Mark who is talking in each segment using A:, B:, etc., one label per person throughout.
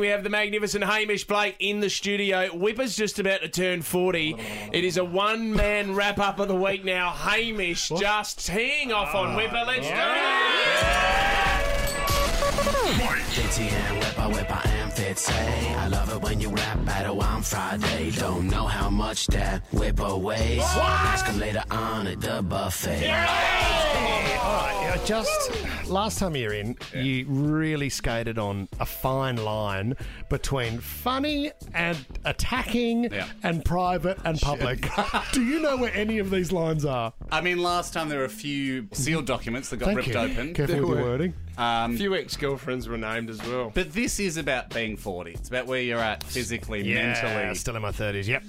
A: We have the magnificent Hamish Blake in the studio. Whipper's just about to turn 40. It is a one man wrap up of the week now. Hamish just teeing off
B: Ah.
A: on Whipper. Let's
C: Fitzy and Whipper, Whipper and Fitzy. I love it when you rap battle on Friday. Don't know how much that Whipper weighs. Ask him later on at the buffet.
B: I Uh, just last time you were in, you really skated on a fine line between funny and attacking
D: Yeah.
B: and private and public. Do you know where any of these lines are?
D: I mean, last time there were a few sealed documents that got
B: Thank
D: ripped
B: you.
D: open.
B: Careful with your wording.
A: A few ex girlfriends were named as well.
D: But this is about being 40. It's about where you're at physically, mentally. Oh,
B: still in my thirties. Yep.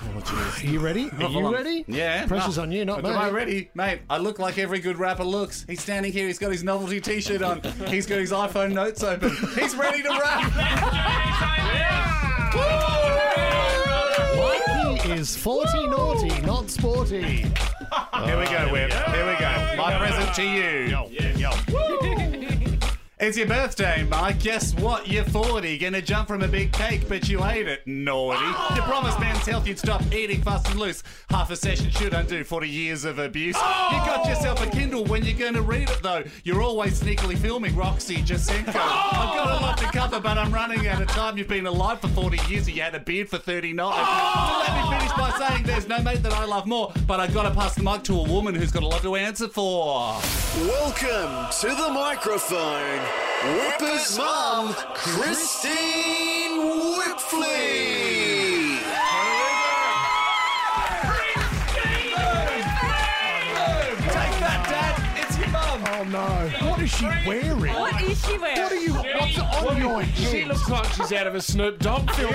B: Are you ready? Are you
D: Well, I'm-
B: ready?
D: Yeah.
B: Pressure's
D: No.
B: on you, not
D: Am I
B: me.
D: ready? Mate, I look like every good rapper looks. He's standing here, he's got his novelty t shirt on, he's got his iPhone notes open, he's ready to rap.
B: Mikey is forty naughty, not sporty.
D: here we go, Web. Here we go. My present to you. It's your birthday, Mike. Guess what? You're 40. Gonna jump from a big cake, but you ate it. Naughty. You promised man's health you'd stop eating fast and loose. Half a session should undo 40 years of abuse. You got yourself a Kindle when you're gonna read it, though. You're always sneakily filming Roxy Jasenko. I've got a lot to cover, but I'm running out of time. You've been alive for 40 years and you had a beard for 39. So let me finish by saying there's no mate that I love more, but I gotta pass the mic to a woman who's got a lot to answer for.
E: Welcome to the microphone, Whipper's mum, Christine Whipfley.
D: Take that, Dad. It's your mum.
B: Oh no! What is she wearing? What
F: What is she wearing?
B: are you? What's on your head?
A: She looks like she's out of a Snoop Dogg film.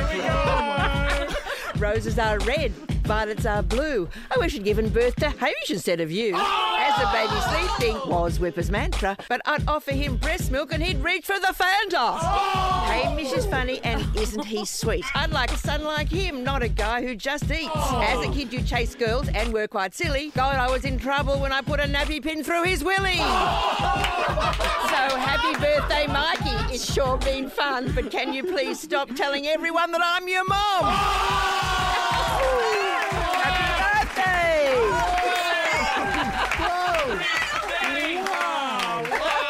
F: Roses are red, violets are blue. I wish I'd given birth to Hamish instead of you. As the baby's sleeping was Whipper's mantra, but I'd offer him breast milk and he'd reach for the phantom. Hamish is funny and isn't he sweet? I'd like a son like him, not a guy who just eats. As a kid, you chased girls and were quite silly. God, I was in trouble when I put a nappy pin through his willy. So happy birthday, Mikey. It's sure been fun, but can you please stop telling everyone that I'm your mom? happy birthday!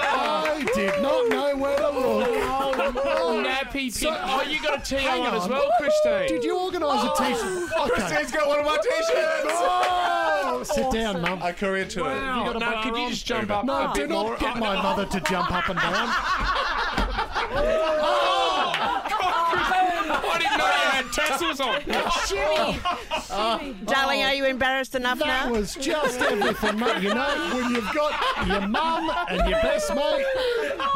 B: I did not know where to look.
A: Nappy pin. oh, you got a tee
B: Hang
A: on, as
B: on.
A: well, Christine.
B: Did you organise a t-shirt? Okay.
D: Christine's got one of my t-shirts.
B: Oh, sit down, mum.
D: I couriered to it.
A: Wow.
B: got a
A: No,
B: bar
A: could you
B: on?
A: just jump up?
B: No,
A: a
B: do
A: bit more?
B: not get my mother to jump up and down.
A: I didn't know you had tassels on.
F: Darling, are you embarrassed enough
B: That
F: now?
B: was just everything, mate. You know, when you've got your mum and your best mate.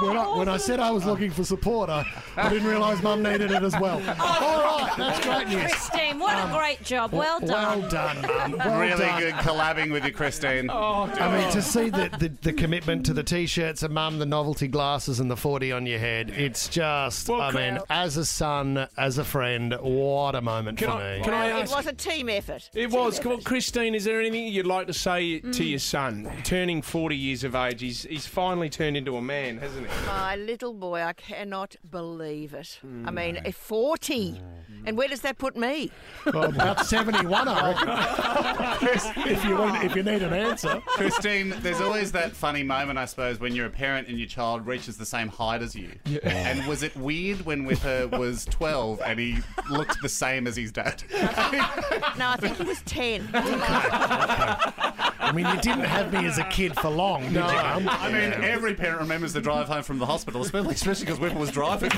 B: When I, when I said I was looking for support, I, I didn't realise mum needed it as well. All right, that's great news. Um,
G: Christine, what a great job. Well done.
B: Well done, mum. Well
D: really
B: done. Oh.
D: good collabing with you, Christine.
B: I mean, to see the, the, the commitment to the t-shirts and mum, the novelty glasses and the 40 on your head, it's just, I mean, as a son, as a friend, what a moment
A: Can
B: for
A: I,
B: me.
A: can I
F: It
A: ask?
F: was a team effort.
A: It was. Come on, Christine, is there anything you'd like to say to your son? Turning 40 years of age, he's, he's finally turned into a man, hasn't he?
F: My little boy, I cannot believe it. I mean, a 40. And where does that put me?
B: Well, about 71, I reckon. if, you want, if you need an answer.
D: Christine, there's always that funny moment, I suppose, when you're a parent and your child reaches the same height as you. And was it weird when Whipper was 12 and he looked the same as his dad?
F: No, I think he was 10.
B: I mean, you didn't have me as a kid for long, did you, mum?
D: I mean, every parent remembers the drive home from the hospital, especially because Whipper was driving.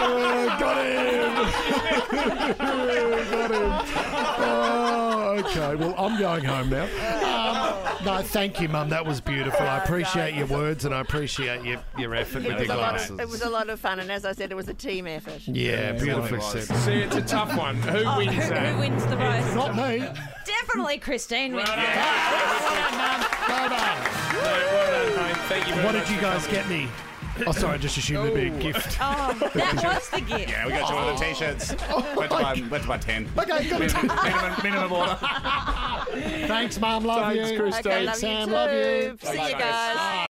B: Uh, got him! got him. Oh, okay, well, I'm going home now.
F: Oh.
B: Um, no, thank you, Mum. That was beautiful. I appreciate your words and I appreciate your, your effort with your
F: It was a lot of-
B: glasses.
F: it was a lot of fun, and as I said, it was a team effort.
B: Yeah, beautifully said.
A: See, it's a tough one. Who wins that?
G: Who wins the roast?
B: Not me.
G: Definitely Christine wins.
A: Well done, mate. Thank you very
B: What
A: much
B: did you
A: for
B: guys
A: coming.
B: get me? Oh, sorry, I just assumed it'd be a gift.
G: Oh, that was the gift.
D: Yeah, we got you one of the t-shirts. Went to buy, went to buy 10.
B: Okay, got it.
D: Minimum, minimum, minimum order.
B: Thanks, Mum. Love
A: Thanks,
B: you.
A: Christine.
F: Okay, love
B: Sam,
F: you too.
B: love you.
F: See you guys.